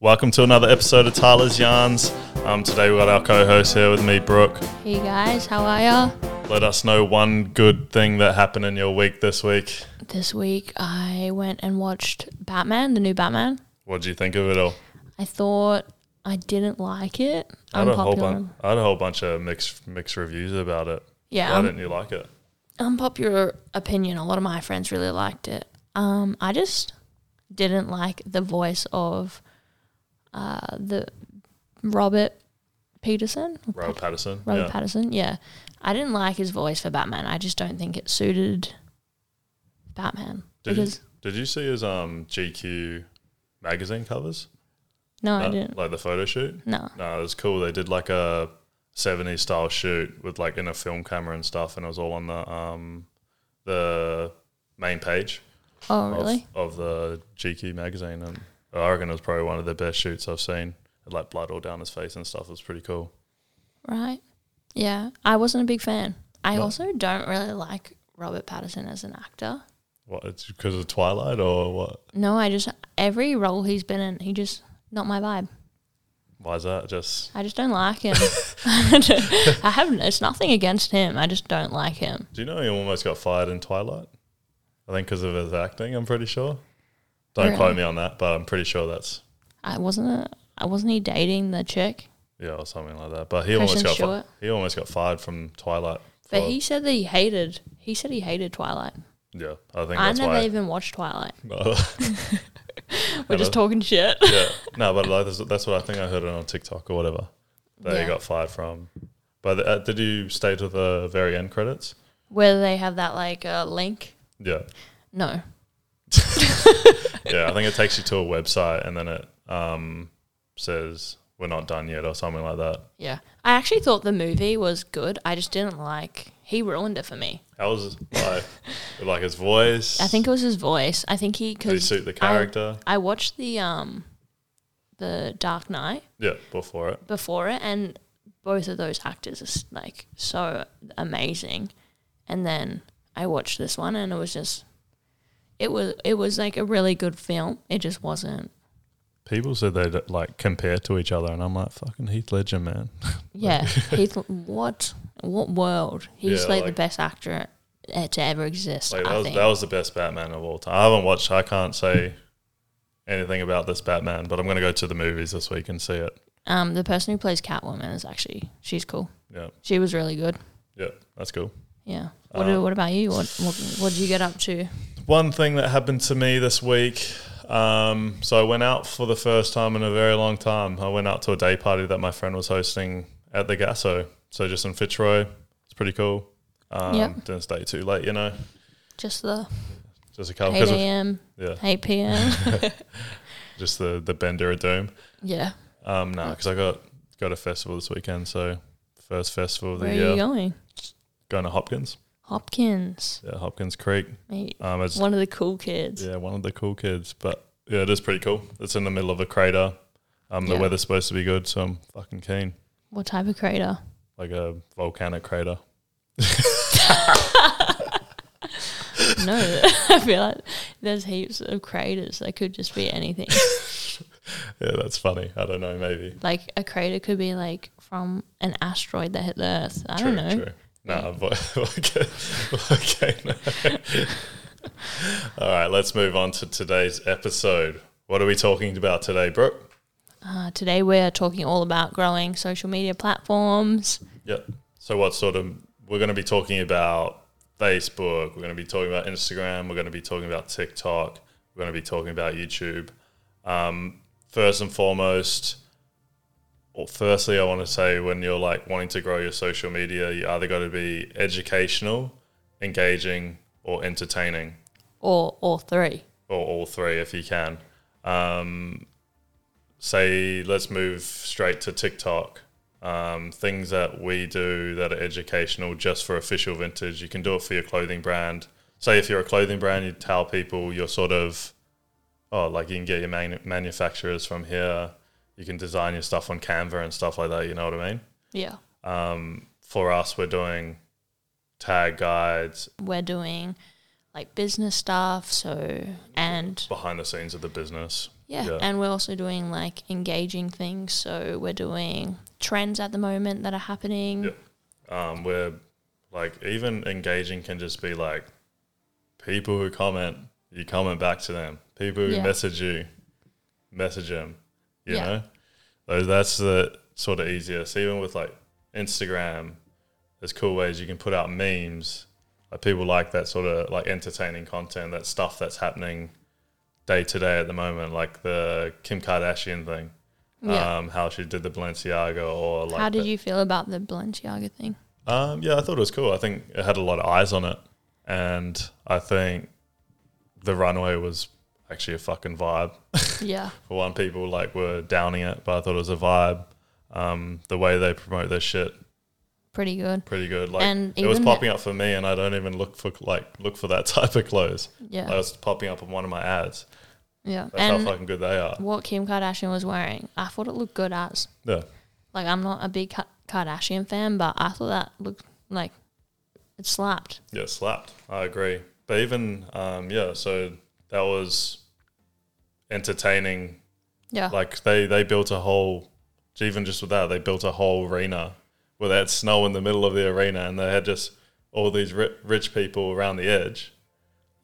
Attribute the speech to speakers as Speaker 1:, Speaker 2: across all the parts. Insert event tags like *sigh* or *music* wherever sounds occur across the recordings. Speaker 1: Welcome to another episode of Tyler's Yarns. Um, today we got our co-host here with me, Brooke.
Speaker 2: Hey guys, how are ya?
Speaker 1: Let us know one good thing that happened in your week this week.
Speaker 2: This week I went and watched Batman, the new Batman.
Speaker 1: What do you think of it all?
Speaker 2: I thought I didn't like it.
Speaker 1: I had, a whole
Speaker 2: Unpopular,
Speaker 1: bunch, I had a whole bunch of mixed mixed reviews about it.
Speaker 2: yeah,
Speaker 1: Why
Speaker 2: un-
Speaker 1: didn't you like it?
Speaker 2: unpopular opinion. A lot of my friends really liked it. Um, I just didn't like the voice of uh the Robert Peterson,
Speaker 1: Robert Patterson.
Speaker 2: Robert
Speaker 1: yeah.
Speaker 2: Patterson. Yeah, I didn't like his voice for Batman. I just don't think it suited Batman.
Speaker 1: did, you,
Speaker 2: because
Speaker 1: did you see his um, GQ magazine covers?
Speaker 2: no, I
Speaker 1: Uh,
Speaker 2: didn't.
Speaker 1: Like the photo shoot?
Speaker 2: No.
Speaker 1: No, it was cool. They did like a 70s style shoot with like in a film camera and stuff, and it was all on the um, the main page
Speaker 2: Oh, really?
Speaker 1: of, of the GQ magazine. And I reckon it was probably one of the best shoots I've seen. It like blood all down his face and stuff. It was pretty cool.
Speaker 2: Right. Yeah. I wasn't a big fan. I
Speaker 1: No.
Speaker 2: also don't really like Robert Patterson as an actor.
Speaker 1: What? It's because of Twilight or what?
Speaker 2: No, I just, every role he's been in, he just, not my vibe.
Speaker 1: Why is that? Just
Speaker 2: I just don't
Speaker 1: *laughs*
Speaker 2: like him. *laughs* I have, it's nothing against him. I just don't like him.
Speaker 1: do you know he almost got fired in Twilight? I think because of his acting. I'm pretty sure. Don't quote
Speaker 2: Really?
Speaker 1: me on that, but I'm pretty sure that's
Speaker 2: I wasn't, a, I wasn't he dating the chick?
Speaker 1: Yeah, or something like that. But he
Speaker 2: Kristen
Speaker 1: almost got fi-
Speaker 2: Stewart.
Speaker 1: he almost got fired from Twilight.
Speaker 2: But
Speaker 1: for-
Speaker 2: he said that he hated, he said he hated Twilight.
Speaker 1: yeah, I think
Speaker 2: I,
Speaker 1: that's
Speaker 2: never
Speaker 1: why.
Speaker 2: even
Speaker 1: *laughs*
Speaker 2: watched Twilight.
Speaker 1: No,
Speaker 2: We're just talking shit. *laughs*
Speaker 1: yeah, no, but like, that's, that's what I think I heard it on TikTok or whatever that he
Speaker 2: Yeah.
Speaker 1: got fired from. But uh, did you stay to the very end credits?
Speaker 2: Whether they have that like uh, link?
Speaker 1: Yeah,
Speaker 2: No.
Speaker 1: yeah. I think it takes you to a website and then it um, says we're not done yet or something like that.
Speaker 2: Yeah. I actually thought the movie was good. I just didn't like he ruined it for me.
Speaker 1: How was his, like like his voice?
Speaker 2: I think it was his voice. I think he
Speaker 1: did he
Speaker 2: cuz
Speaker 1: suit the character?
Speaker 2: I, watched the um the Dark Knight
Speaker 1: yeah, before it.
Speaker 2: before it and both of those actors are s- like so amazing. And then I watched this one and it was just it was it was like a really good film. It just wasn't.
Speaker 1: People said they would like compare to each other, and I'm like, fucking Heath Ledger, man. *laughs*
Speaker 2: Yeah. Heath what what world? He's
Speaker 1: Yeah,
Speaker 2: like,
Speaker 1: like-
Speaker 2: the best actor uh, to ever exist.
Speaker 1: Like,
Speaker 2: I
Speaker 1: that, was,
Speaker 2: think.
Speaker 1: that was the best Batman of all time. I haven't watched. I can't say anything about this Batman, but I'm going to go to the movies this week and see it.
Speaker 2: Um, the person who plays Catwoman is actually she's cool.
Speaker 1: Yeah,
Speaker 2: She was really good.
Speaker 1: yeah, that's cool.
Speaker 2: Yeah. What,
Speaker 1: Uh,
Speaker 2: do- what about you? What, what what did you get up to?
Speaker 1: One thing that happened to me this week. Um, so I went out for the first time in a very long time. I went out to a day party that my friend was hosting at the Gasso. So just in Fitzroy, it's pretty cool. Um,
Speaker 2: Yep.
Speaker 1: Didn't stay too late, you know.
Speaker 2: Just the
Speaker 1: Just a couple.
Speaker 2: eight
Speaker 1: Oh, 'cause of-
Speaker 2: a.m.
Speaker 1: yeah, *laughs*
Speaker 2: eight p.m. *laughs*
Speaker 1: just the the Bender of Doom.
Speaker 2: yeah.
Speaker 1: Um, no, because I got got a festival this weekend. So first festival of the
Speaker 2: Where
Speaker 1: year,
Speaker 2: are you going?
Speaker 1: going to Hopkins,
Speaker 2: Hopkins.
Speaker 1: yeah, Hopkins Creek.
Speaker 2: Mate,
Speaker 1: Um, it's
Speaker 2: one of the cool kids.
Speaker 1: yeah, one of the cool kids, but yeah, it is pretty cool. It's in the middle of a crater. Um, the
Speaker 2: Yeah.
Speaker 1: weather's supposed to be good, so I'm fucking keen.
Speaker 2: What type of crater?
Speaker 1: Like a volcanic crater.
Speaker 2: No, *laughs* I feel like there's heaps of craters. They could just
Speaker 1: *laughs*
Speaker 2: be anything.
Speaker 1: Yeah, that's funny. I don't know, maybe.
Speaker 2: like a crater could be like from an asteroid that hit the Earth. I don't know.
Speaker 1: Nah, *laughs* vo- volcano. volcano. *laughs* All right, let's move on to today's episode. What are we talking about today, Brooke?
Speaker 2: Uh, today we're talking all about growing social media platforms.
Speaker 1: Yep. So what sort of we're going to be talking about Facebook, we're going to be talking about Instagram, we're going to be talking about TikTok, we're going to be talking about YouTube. Um, first and foremost, well, firstly, I want to say when you're like wanting to grow your social media, you either got to be educational, engaging, or entertaining,
Speaker 2: or or three.
Speaker 1: or all three if you can. Um, say, let's move straight to TikTok. Um, things that we do that are educational just for official vintage. You can do it for your clothing brand. Say, if you're a clothing brand, you tell people you're sort of, oh, like you can get your man- manufacturers from here. You can design your stuff on Canva and stuff like that. You know what I mean?
Speaker 2: Yeah.
Speaker 1: Um, for us, we're doing tag guides
Speaker 2: We're doing like business stuff, so and
Speaker 1: behind the scenes of the business.
Speaker 2: Yeah.
Speaker 1: Yeah.
Speaker 2: And we're also doing like engaging things. So we're doing trends at the moment that are happening.
Speaker 1: Yeah. um, where like even engaging can just be like people who comment, you comment back to them. People who
Speaker 2: Yeah.
Speaker 1: message you, message them. You
Speaker 2: Yeah.
Speaker 1: know, so that's the sort of easiest. Even with like Instagram, there's cool ways you can put out memes. Like people like that sort of like entertaining content, that stuff that's happening day to day at the moment, like the Kim Kardashian thing.
Speaker 2: Yeah.
Speaker 1: Um, how she did the Balenciaga or like
Speaker 2: How
Speaker 1: the-
Speaker 2: did you feel about the Balenciaga thing?
Speaker 1: um, yeah, I thought it was cool. I think it had a lot of eyes on it, and I think the runway was actually a fucking vibe.
Speaker 2: yeah.
Speaker 1: For one, people like were downing it, but I thought it was a vibe. Um, the way they promote their shit,
Speaker 2: Pretty good.
Speaker 1: pretty good. Like
Speaker 2: And
Speaker 1: it was
Speaker 2: even the-
Speaker 1: popping up for me, and I don't even look for like look for that *laughs* type of clothes.
Speaker 2: Yeah.
Speaker 1: I was popping up on one of my ads.
Speaker 2: yeah.
Speaker 1: That's
Speaker 2: And
Speaker 1: how fucking good they are.
Speaker 2: what Kim Kardashian was wearing, I thought it looked good as.
Speaker 1: Yeah,
Speaker 2: Like, I'm not a big Ka- Kardashian fan, but I thought that looked like it slapped.
Speaker 1: yeah, slapped. I agree. But even um, yeah, so that was entertaining
Speaker 2: Yeah.
Speaker 1: like they they built a whole even just with that they built a whole arena where they had snow in the middle of the arena and they had just all these ri- rich people around the edge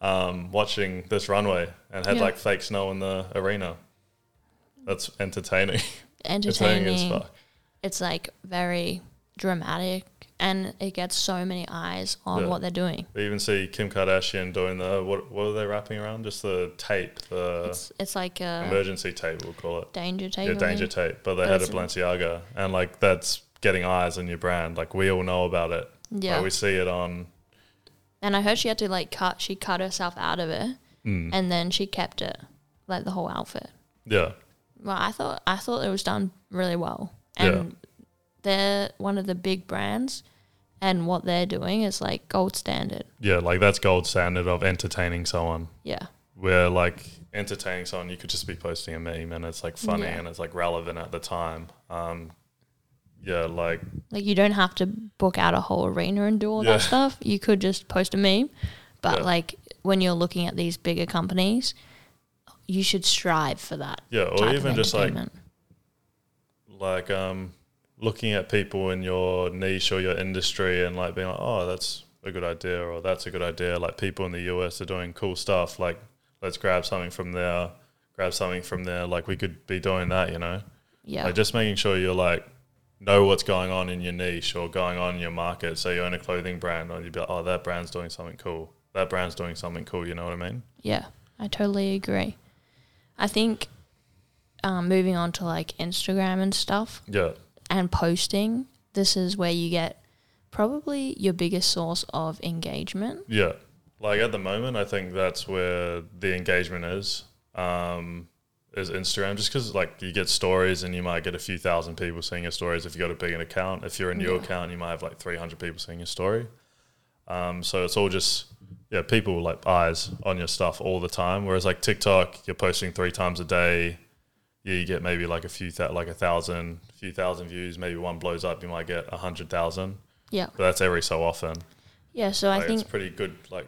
Speaker 1: um, watching this runway and had
Speaker 2: Yeah.
Speaker 1: like fake snow in the arena that's entertaining *laughs* entertaining
Speaker 2: entertaining.
Speaker 1: as fuck
Speaker 2: It's like very dramatic and it gets so many eyes on
Speaker 1: Yeah.
Speaker 2: what they're doing.
Speaker 1: we even see kim kardashian doing the what, what are they wrapping around just the tape the
Speaker 2: It's, it's like a
Speaker 1: emergency tape we'll call it
Speaker 2: danger tape.
Speaker 1: yeah,
Speaker 2: I
Speaker 1: danger
Speaker 2: think.
Speaker 1: tape but they
Speaker 2: But
Speaker 1: had a
Speaker 2: it's-
Speaker 1: balenciaga and like that's getting eyes on your brand like we all know about it
Speaker 2: Yeah.
Speaker 1: Like, we see it on
Speaker 2: And I heard she had to like cut. She cut herself out of it,
Speaker 1: Mm.
Speaker 2: and then she kept it, like the whole outfit.
Speaker 1: Yeah,
Speaker 2: Well, I thought I thought it was done really well, and they're one of the big brands, and what they're doing is like gold standard.
Speaker 1: yeah, like that's gold standard of entertaining someone.
Speaker 2: Yeah,
Speaker 1: Where like entertaining someone, you could just be posting a meme and it's like funny
Speaker 2: Yeah.
Speaker 1: and it's like relevant at the time. Um, yeah, like
Speaker 2: like you don't have to book out a whole arena and do all
Speaker 1: Yeah.
Speaker 2: that stuff. You could just post a meme, but
Speaker 1: Yeah.
Speaker 2: like when you're looking at these bigger companies, you should strive for that.
Speaker 1: yeah, or
Speaker 2: type of
Speaker 1: even just like
Speaker 2: entertainment.
Speaker 1: like um looking at people in your niche or your industry and like being like, oh, that's a good idea or that's a good idea. Like people in the US are doing cool stuff. Like let's grab something from there, grab something from there. Like we could be doing that, you know.
Speaker 2: yeah,
Speaker 1: Like just making sure you're like know what's going on in your niche or going on in your market. So you own a clothing brand, or you'd be like, oh, that brand's doing something cool. That brand's doing something cool. You know what I mean?
Speaker 2: Yeah, I totally agree. I think um, moving on to like Instagram and stuff
Speaker 1: Yeah,
Speaker 2: and posting, this is where you get probably your biggest source of engagement.
Speaker 1: yeah. Like at the moment, I think that's where the engagement is. Um, is Instagram just because like you get stories and you might get a few thousand people seeing your stories if you got a big an account. If you're a new
Speaker 2: Yeah.
Speaker 1: account, you might have like 300 people seeing your story. Um, so it's all just yeah, people like eyes on your stuff all the time. Whereas like TikTok, you're posting three times a day. Yeah, you get maybe like a few thou like a thousand, few thousand views. Maybe one blows up, you might get a hundred thousand.
Speaker 2: Yeah.
Speaker 1: But that's every so often.
Speaker 2: Yeah. So I
Speaker 1: Like,
Speaker 2: think,
Speaker 1: it's pretty good like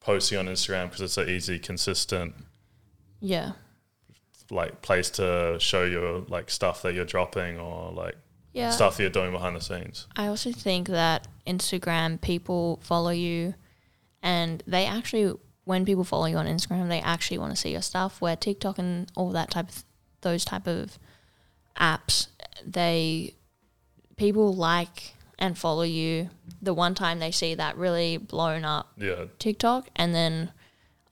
Speaker 1: posting on Instagram because it's an easy, consistent
Speaker 2: yeah.
Speaker 1: like place to show your like stuff that you're dropping or like
Speaker 2: Yeah.
Speaker 1: stuff you're doing behind the scenes.
Speaker 2: I also think that Instagram people follow you and they actually, when people follow you on Instagram, they actually want to see your stuff. Where TikTok and all that type of, those type of apps, they, people like and follow you the one time they see that really blown up
Speaker 1: Yeah,
Speaker 2: TikTok. And then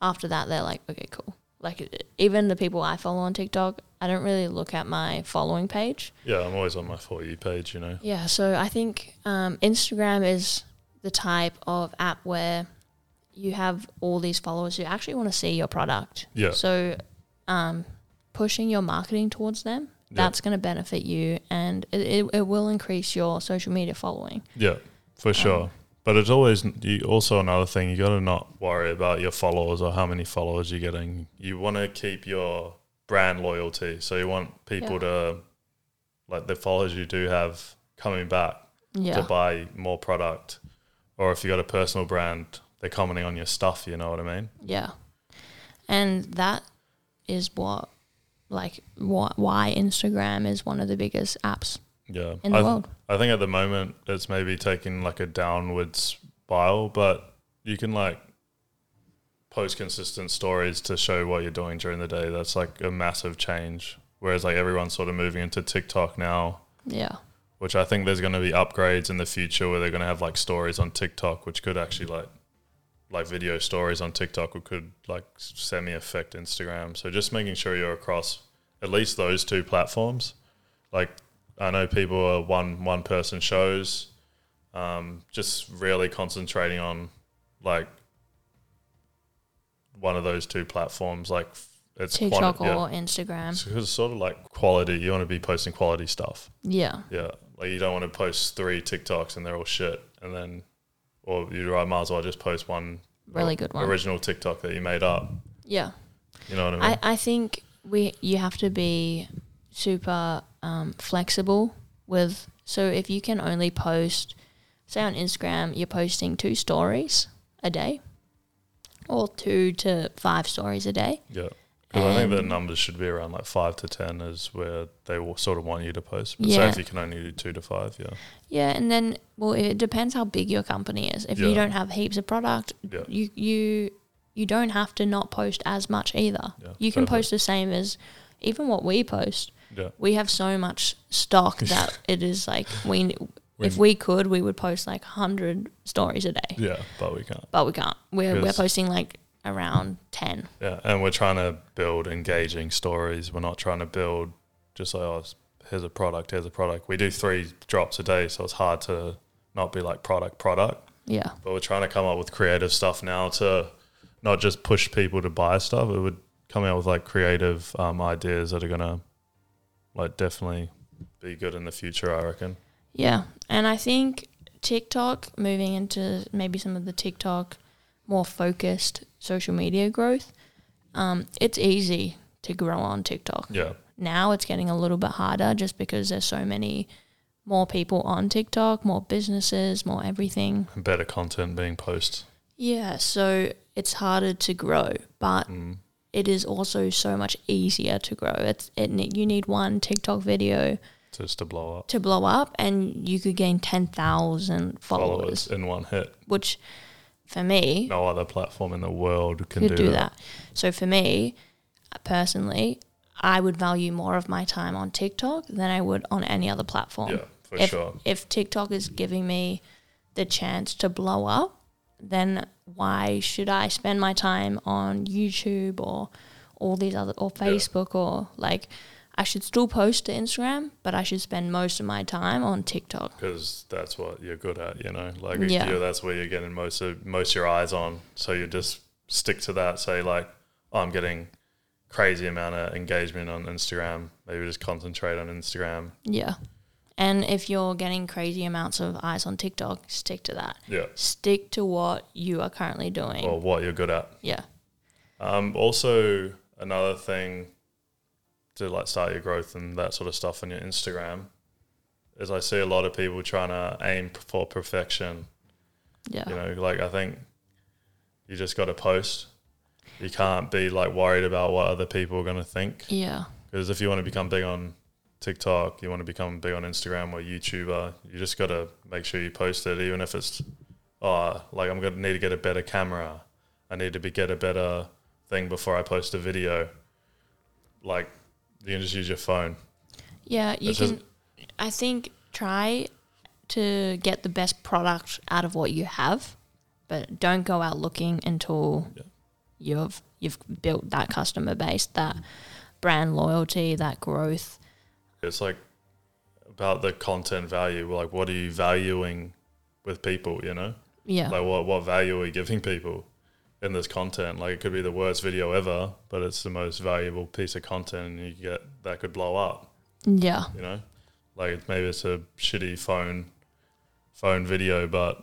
Speaker 2: after that, they're like, okay, cool. Like even the people I follow on TikTok, I don't really look at my following page.
Speaker 1: yeah. I'm always on my for you page. You know.
Speaker 2: Yeah, so I think um, Instagram is the type of app where you have all these followers who actually want to see your product.
Speaker 1: Yeah.
Speaker 2: So um, pushing your marketing towards them,
Speaker 1: Yeah.
Speaker 2: that's going to benefit you and it, it, it will increase your social media following.
Speaker 1: Yeah, for sure. But it's always you also another thing you got to not worry about your followers or how many followers you're getting. You want to keep your brand loyalty, so you want people
Speaker 2: Yeah.
Speaker 1: to like the followers you do have coming back to
Speaker 2: Yeah.
Speaker 1: buy more product, or if you got a personal brand, they're commenting on your stuff. You know what I mean?
Speaker 2: Yeah. And that is what like wh- why Instagram is one of the biggest apps.
Speaker 1: Yeah.
Speaker 2: in the
Speaker 1: I
Speaker 2: world.
Speaker 1: I think at the moment it's maybe taking like a downward spiral, but you can like post consistent stories to show what you're doing during the day. That's like a massive change. Whereas like everyone's sort of moving into TikTok now,
Speaker 2: Yeah.
Speaker 1: which I think there's going to be upgrades in the future where they're going to have like stories on TikTok, which could actually like like video stories on TikTok, which could like semi affect Instagram. So just making sure you're across at least those two platforms. Like I know people are one one person shows, um, just really concentrating on like one of those two platforms. Like it's quanti-
Speaker 2: TikTok
Speaker 1: yeah.
Speaker 2: or Instagram.
Speaker 1: It's it's sort of like quality. You want to be posting quality stuff.
Speaker 2: Yeah.
Speaker 1: Yeah, like you don't want to post three TikToks and they're all shit, and then, or you I might as well just post one Oh,
Speaker 2: Really good one.
Speaker 1: original TikTok that you made up.
Speaker 2: Yeah.
Speaker 1: You know what I mean?
Speaker 2: I, I think we you have to be super um, flexible with so if you can only post say on Instagram you're posting two stories a day or two to five stories a day
Speaker 1: yeah, because I think the
Speaker 2: Um,
Speaker 1: numbers should be around like five to ten is where they will sort of want you to post. But say
Speaker 2: Yeah.
Speaker 1: if you can only do two to five, yeah,
Speaker 2: yeah and then well it depends how big your company is if
Speaker 1: Yeah.
Speaker 2: you don't have heaps of product
Speaker 1: Yeah.
Speaker 2: you you you don't have to not post as much either
Speaker 1: Yeah,
Speaker 2: you can
Speaker 1: totally.
Speaker 2: post the same as even what we post
Speaker 1: yeah,
Speaker 2: we have so much stock that it is like we
Speaker 1: We-
Speaker 2: if we could we would post like 100 stories a day
Speaker 1: yeah. But we can't.
Speaker 2: but we can't we're, we're
Speaker 1: Yes.
Speaker 2: posting like around 10
Speaker 1: Yeah, and we're trying to build engaging stories. We're not trying to build just like oh, s- here's a product, here's a product. We do three drops a day, so it's hard to not be like product, product.
Speaker 2: yeah
Speaker 1: but we're trying to come up with creative stuff now to not just push people to buy stuff. It would come out with like creative um, ideas that are gonna like definitely be good in the future. I reckon.
Speaker 2: yeah and i think tiktok moving into maybe some of the tiktok more focused social media growth um, it's easy to grow on tiktok
Speaker 1: Yeah,
Speaker 2: now it's getting a little bit harder just because there's so many more people on tiktok more businesses more everything
Speaker 1: and better content being posted.
Speaker 2: Yeah, so it's harder to grow, but it is also so much easier to grow. It's it ne- you need one TikTok video
Speaker 1: Just to blow up
Speaker 2: to blow up, and you could gain ten thousand followers,
Speaker 1: followers in one hit.
Speaker 2: which for me
Speaker 1: No other platform in the world can
Speaker 2: could
Speaker 1: do,
Speaker 2: do, that. So for me uh, personally, I would value more of my time on TikTok than I would on any other platform.
Speaker 1: Yeah, for
Speaker 2: if,
Speaker 1: sure.
Speaker 2: If TikTok is giving me the chance to blow up, then why should I spend my time on YouTube or all these other or Facebook or like I should still post to Instagram, but I should spend most of my time on TikTok.
Speaker 1: Because that's what you're good at, you know. Like
Speaker 2: Yeah.
Speaker 1: you that's where you're getting most of most of your eyes on. So you just stick to that. Say like, oh, I'm getting crazy amount of engagement on Instagram. Maybe just concentrate on Instagram.
Speaker 2: Yeah. And if you're getting crazy amounts of eyes on TikTok, stick to that.
Speaker 1: Yeah.
Speaker 2: stick to what you are currently doing.
Speaker 1: Or what you're good at.
Speaker 2: yeah.
Speaker 1: Um, also another thing to like start your growth and that sort of stuff on your Instagram is I see a lot of people trying to aim for perfection.
Speaker 2: Yeah.
Speaker 1: You know, like I think you just got to post. You can't be like worried about what other people are going to think.
Speaker 2: Yeah.
Speaker 1: Because if you want to become big on TikTok, you want to become big on Instagram or YouTuber, you just got to make sure you post it, even if it's, oh, like I'm going to need to get a better camera. I need to be, get a better thing before I post a video. Like, you can just use your phone.
Speaker 2: Yeah. You
Speaker 1: This is-
Speaker 2: can, I think, try to get the best product out of what you have, but don't go out looking until
Speaker 1: Yeah.
Speaker 2: you've you've built that customer base, that brand loyalty, that growth.
Speaker 1: It's like about the content value. Like, what are you valuing with people, you know?
Speaker 2: Yeah.
Speaker 1: *laughs* like what what value are you giving people in this content like it could be the worst video ever but it's the most valuable piece of content you get that could blow up
Speaker 2: yeah.
Speaker 1: you know like maybe it's a shitty phone phone video but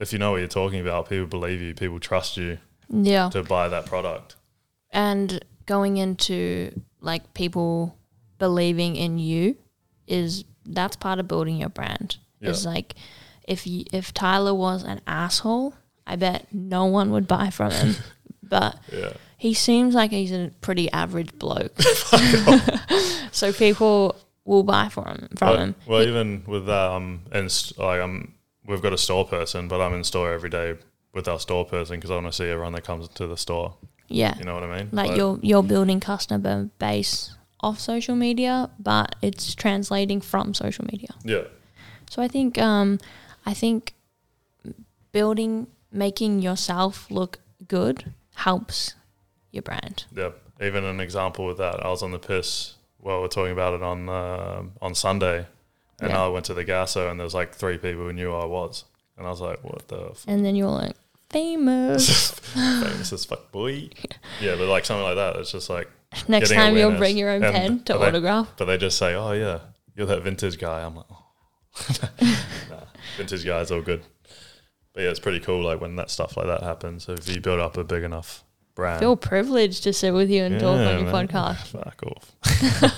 Speaker 1: if you know what you're talking about people believe you people trust you
Speaker 2: Yeah.
Speaker 1: to buy that product
Speaker 2: and going into like people believing in you is that's part of building your brand.
Speaker 1: Yeah.
Speaker 2: It's like if you, if Tyler was an asshole, I bet no one would buy from him. but
Speaker 1: yeah
Speaker 2: he seems like he's a pretty average bloke. *laughs* so people will buy from from
Speaker 1: Well,
Speaker 2: him.
Speaker 1: well, even with that, um, in, st- like I'm, we've got a store person, but I'm in store every day with our store person because I want to see everyone that comes to the store.
Speaker 2: Yeah.
Speaker 1: You know what I mean?
Speaker 2: like
Speaker 1: But-
Speaker 2: you're you're building customer base off social media, but it's translating from social media.
Speaker 1: yeah,
Speaker 2: So I think um, I think building making yourself look good helps your brand.
Speaker 1: yeah. Even an example with that, I was on the piss. Well, we're talking about it on uh, on Sunday, and
Speaker 2: Yeah.
Speaker 1: I went to the gasso, and there's like three people who knew I was, and I was like, "What the
Speaker 2: *laughs*
Speaker 1: f-
Speaker 2: And then you're like
Speaker 1: *laughs*
Speaker 2: famous.
Speaker 1: famous as fuck boy?" Yeah, but like something like that. It's just like,
Speaker 2: Next
Speaker 1: Getting
Speaker 2: time you'll
Speaker 1: awareness.
Speaker 2: bring your own
Speaker 1: And
Speaker 2: pen to
Speaker 1: are they-
Speaker 2: autograph.
Speaker 1: but they just say, "Oh yeah, you're that vintage guy." I'm like, oh. *laughs* nah, "Vintage guy's all good." But yeah, it's pretty cool. Like when that stuff like that happens, if you build up a big enough brand,
Speaker 2: Feel privileged to sit with you and talk on your
Speaker 1: man.
Speaker 2: podcast.
Speaker 1: Fuck off.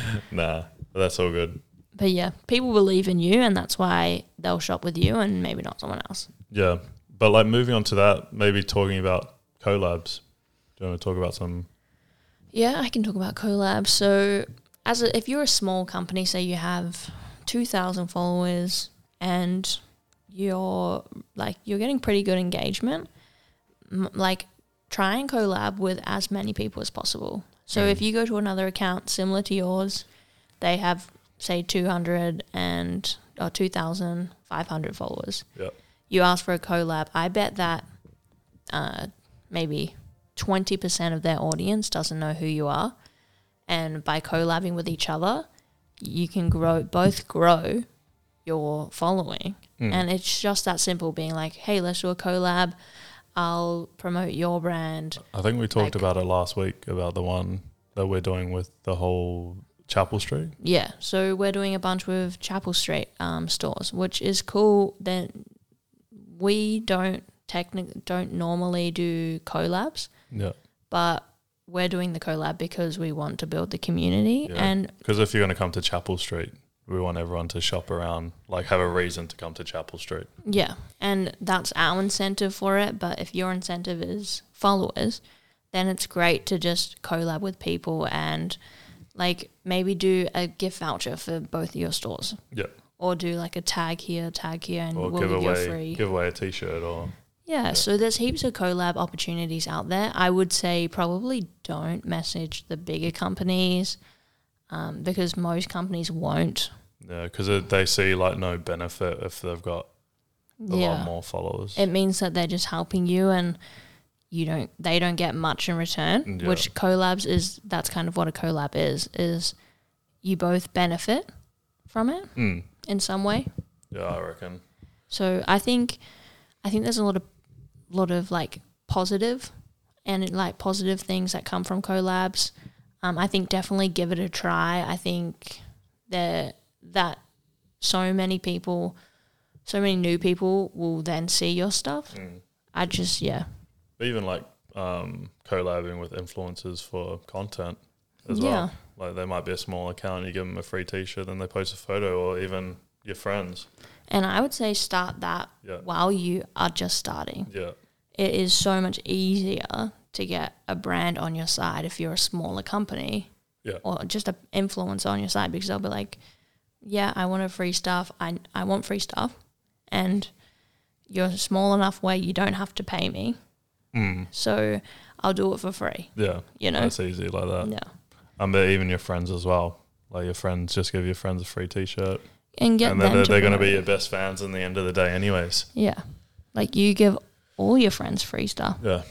Speaker 1: *laughs* nah, but that's all good.
Speaker 2: But yeah, people believe in you, and that's why they'll shop with you, and maybe not someone else.
Speaker 1: Yeah. But like moving on to that, maybe talking about collabs. Do you want to talk about some?
Speaker 2: Yeah, I can talk about collabs. So, as a, if you're a small company, say you have two thousand followers, and you're like you're getting pretty good engagement, m- like try and collab with as many people as possible. So if you go to another account similar to yours, they have say two hundred and or two thousand five hundred followers
Speaker 1: Yeah.
Speaker 2: you ask for a collab, I bet that uh, maybe 20% of their audience doesn't know who you are. And by collabing with each other, you can grow, both grow your following. And it's just that simple being like, hey, let's do a collab. I'll promote your brand.
Speaker 1: I think we talked
Speaker 2: Like-
Speaker 1: about it last week about the one that we're doing with the whole Chapel Street.
Speaker 2: Yeah, so we're doing a bunch with Chapel Street um, stores, which is cool. That we don't technically don't normally do collabs,
Speaker 1: Yeah.
Speaker 2: but we're doing the collab because we want to build the community
Speaker 1: Yeah.
Speaker 2: and
Speaker 1: Because if you're going to come to Chapel Street, we want everyone to shop around, like have a reason to come to Chapel Street.
Speaker 2: yeah and that's our incentive for it but if your incentive is followers then it's great to just collab with people and like maybe do a gift voucher for both of your stores
Speaker 1: Yeah.
Speaker 2: or do like a tag here tag here and
Speaker 1: Or
Speaker 2: we'll
Speaker 1: give
Speaker 2: give you a
Speaker 1: away
Speaker 2: free
Speaker 1: give away a t shirt or
Speaker 2: Yeah, so there's heaps of collab opportunities out there. I would say probably don't message the bigger companies um, because most companies won't.
Speaker 1: Yeah, because they see like no benefit if they've got a lot
Speaker 2: yeah,
Speaker 1: more followers.
Speaker 2: it means that they're just helping you and you don't. They don't get much in return.
Speaker 1: Yeah.
Speaker 2: Which collabs is that's kind of what a collab is. Is you both benefit from it
Speaker 1: Mm.
Speaker 2: in some way.
Speaker 1: Yeah, I reckon.
Speaker 2: So I think I think there's a lot of lot of like positive and like positive things that come from collabs. Um, I think definitely give it a try. I think that that so many people, so many new people will then see your stuff.
Speaker 1: Mm.
Speaker 2: I just yeah
Speaker 1: But even like um, collabing with influencers for content as well. Like they might be a small account, you give them a free t shirt, then they post a photo, or even your friends.
Speaker 2: and I would say start that
Speaker 1: Yeah.
Speaker 2: while you are just starting.
Speaker 1: Yeah.
Speaker 2: it is so much easier to get a brand on your side if you're a smaller company
Speaker 1: Yeah.
Speaker 2: or just an influencer on your side because they'll be like, yeah, I want a free stuff. I, I want free stuff. And you're small enough where you don't have to pay me.
Speaker 1: Hmm.
Speaker 2: So I'll do it for free,
Speaker 1: Yeah.
Speaker 2: you know?
Speaker 1: That's easy like that.
Speaker 2: Yeah.
Speaker 1: And but even your friends as well. Like your friends, just give your friends a free t shirt.
Speaker 2: And get
Speaker 1: And then
Speaker 2: them
Speaker 1: they're,
Speaker 2: to
Speaker 1: they're going to be
Speaker 2: promote
Speaker 1: your
Speaker 2: it.
Speaker 1: best fans in the end of the day, anyways.
Speaker 2: Yeah. Like you give all your friends free stuff.
Speaker 1: Yeah,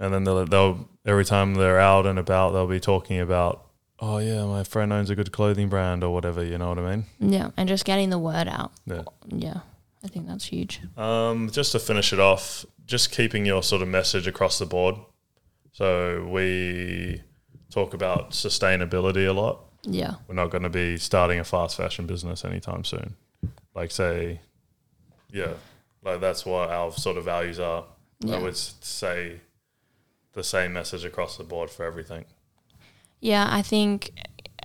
Speaker 1: and then they'll, they'll every time they're out and about, they'll be talking about, oh yeah, my friend owns a good clothing brand or whatever. You know what I mean?
Speaker 2: Yeah. And just getting the word out.
Speaker 1: Yeah.
Speaker 2: Yeah. I think that's huge.
Speaker 1: Um, just to finish it off, just keeping your sort of message across the board. So we talk about sustainability a lot.
Speaker 2: Yeah.
Speaker 1: We're not going to be starting a fast fashion business anytime soon. Like say, yeah, like that's what our sort of values are. I
Speaker 2: Yeah.
Speaker 1: would s- say the same message across the board for everything.
Speaker 2: Yeah, I think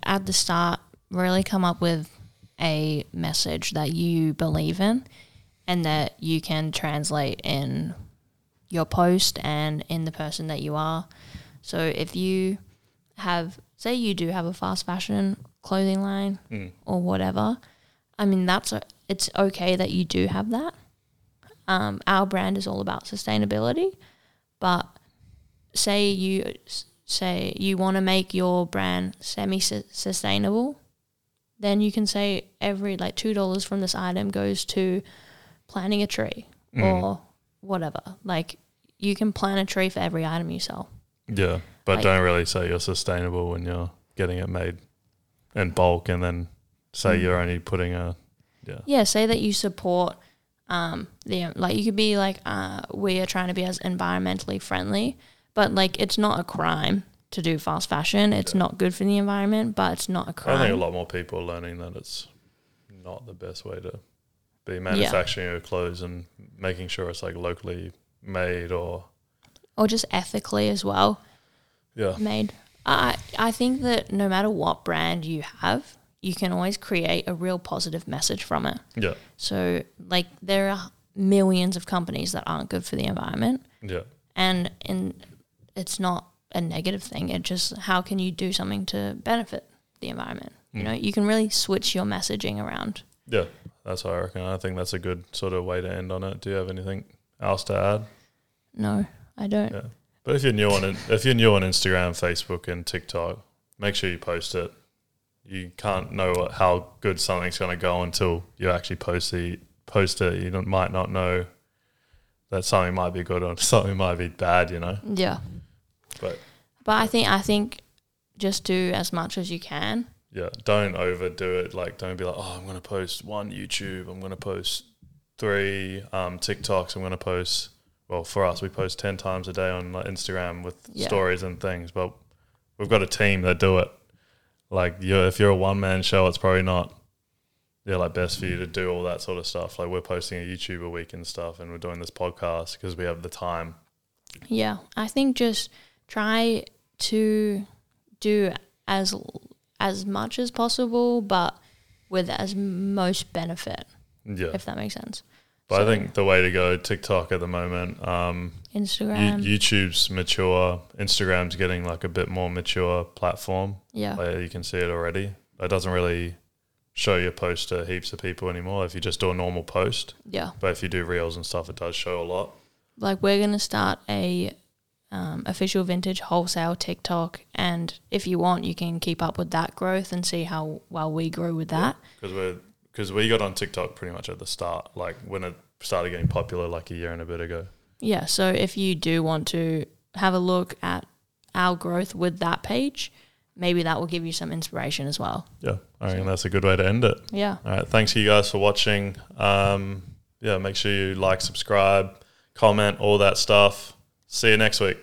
Speaker 2: at the start, really come up with a message that you believe in and that you can translate in your post and in the person that you are. So if you have, say, you do have a fast fashion clothing line
Speaker 1: Mm.
Speaker 2: or whatever, I mean, that's a, it's okay that you do have that. Um, our brand is all about sustainability, but say you say you want to make your brand semi-sustainable, then you can say every like two dollars from this item goes to planting a tree
Speaker 1: Mm-hmm.
Speaker 2: or whatever. Like you can plant a tree for every item you sell.
Speaker 1: Yeah, but
Speaker 2: Like-
Speaker 1: don't really say you're sustainable when you're getting it made in bulk, and then say
Speaker 2: Hmm.
Speaker 1: you're only putting a
Speaker 2: Yeah, say that you support um the like you could be like uh we are trying to be as environmentally friendly, but like it's not a crime to do fast fashion. It's not good for the environment, but it's not a
Speaker 1: I think a
Speaker 2: crime.
Speaker 1: lot more people are learning that it's not the best way to be manufacturing your clothes and making sure it's like locally made or
Speaker 2: Or just ethically as well.
Speaker 1: yeah
Speaker 2: made. I I think that no matter what brand you have, you can always create a real positive message from it.
Speaker 1: yeah
Speaker 2: So like there are millions of companies that aren't good for the environment
Speaker 1: yeah
Speaker 2: and and it's not a negative thing. It just how can you do something to benefit the environment? You know, you can really switch your messaging around.
Speaker 1: yeah that's what I reckon. I think that's a good sort of way to end on it. Do you have anything else to add?
Speaker 2: No, I don't.
Speaker 1: Yeah. But if you're new on if you're new on Instagram, Facebook, and TikTok, make sure you post it. You can't know what, how good something's going to go until you actually post the post it. You don't, might not know that something might be good or *laughs* something might be bad. You know,
Speaker 2: yeah.
Speaker 1: but
Speaker 2: But I think I think just do as much as you can.
Speaker 1: yeah, don't overdo it. Like, don't be like, oh, I'm going to post one YouTube. I'm going to post three um, TikToks. I'm going to post. Well, for us, we post ten times a day on like, Instagram with
Speaker 2: Yeah.
Speaker 1: stories and things. But we've got a team that do it. Like, you're, if you're a one man show, it's probably not. Yeah, like best for you to do all that sort of stuff. Like we're posting a YouTube a week and stuff, and we're doing this podcast because we have the time.
Speaker 2: Yeah, I think just try to do as as much as possible, but with as most benefit,
Speaker 1: Yeah,
Speaker 2: if that makes sense.
Speaker 1: but I think the way to go TikTok at the moment. Um,
Speaker 2: Instagram,
Speaker 1: You- YouTube's mature. Instagram's getting like a bit more mature platform.
Speaker 2: yeah,
Speaker 1: Like, you can see it already. It doesn't really show your post to heaps of people anymore. If you just do a normal post,
Speaker 2: yeah.
Speaker 1: but if you do reels and stuff, it does show a lot.
Speaker 2: Like we're gonna start a um, official vintage wholesale TikTok, and if you want, you can keep up with that growth and see how well we grow with that.
Speaker 1: because we're because we got on TikTok pretty much at the start, like when it started getting popular, like a year and a bit ago.
Speaker 2: Yeah, so if you do want to have a look at our growth with that page, maybe that will give you some inspiration as well.
Speaker 1: Yeah, I reckon that's a good way to end it.
Speaker 2: Yeah.
Speaker 1: All right. Thanks you guys for watching. Um, yeah, make sure you like, subscribe, comment, all that stuff. See you next week.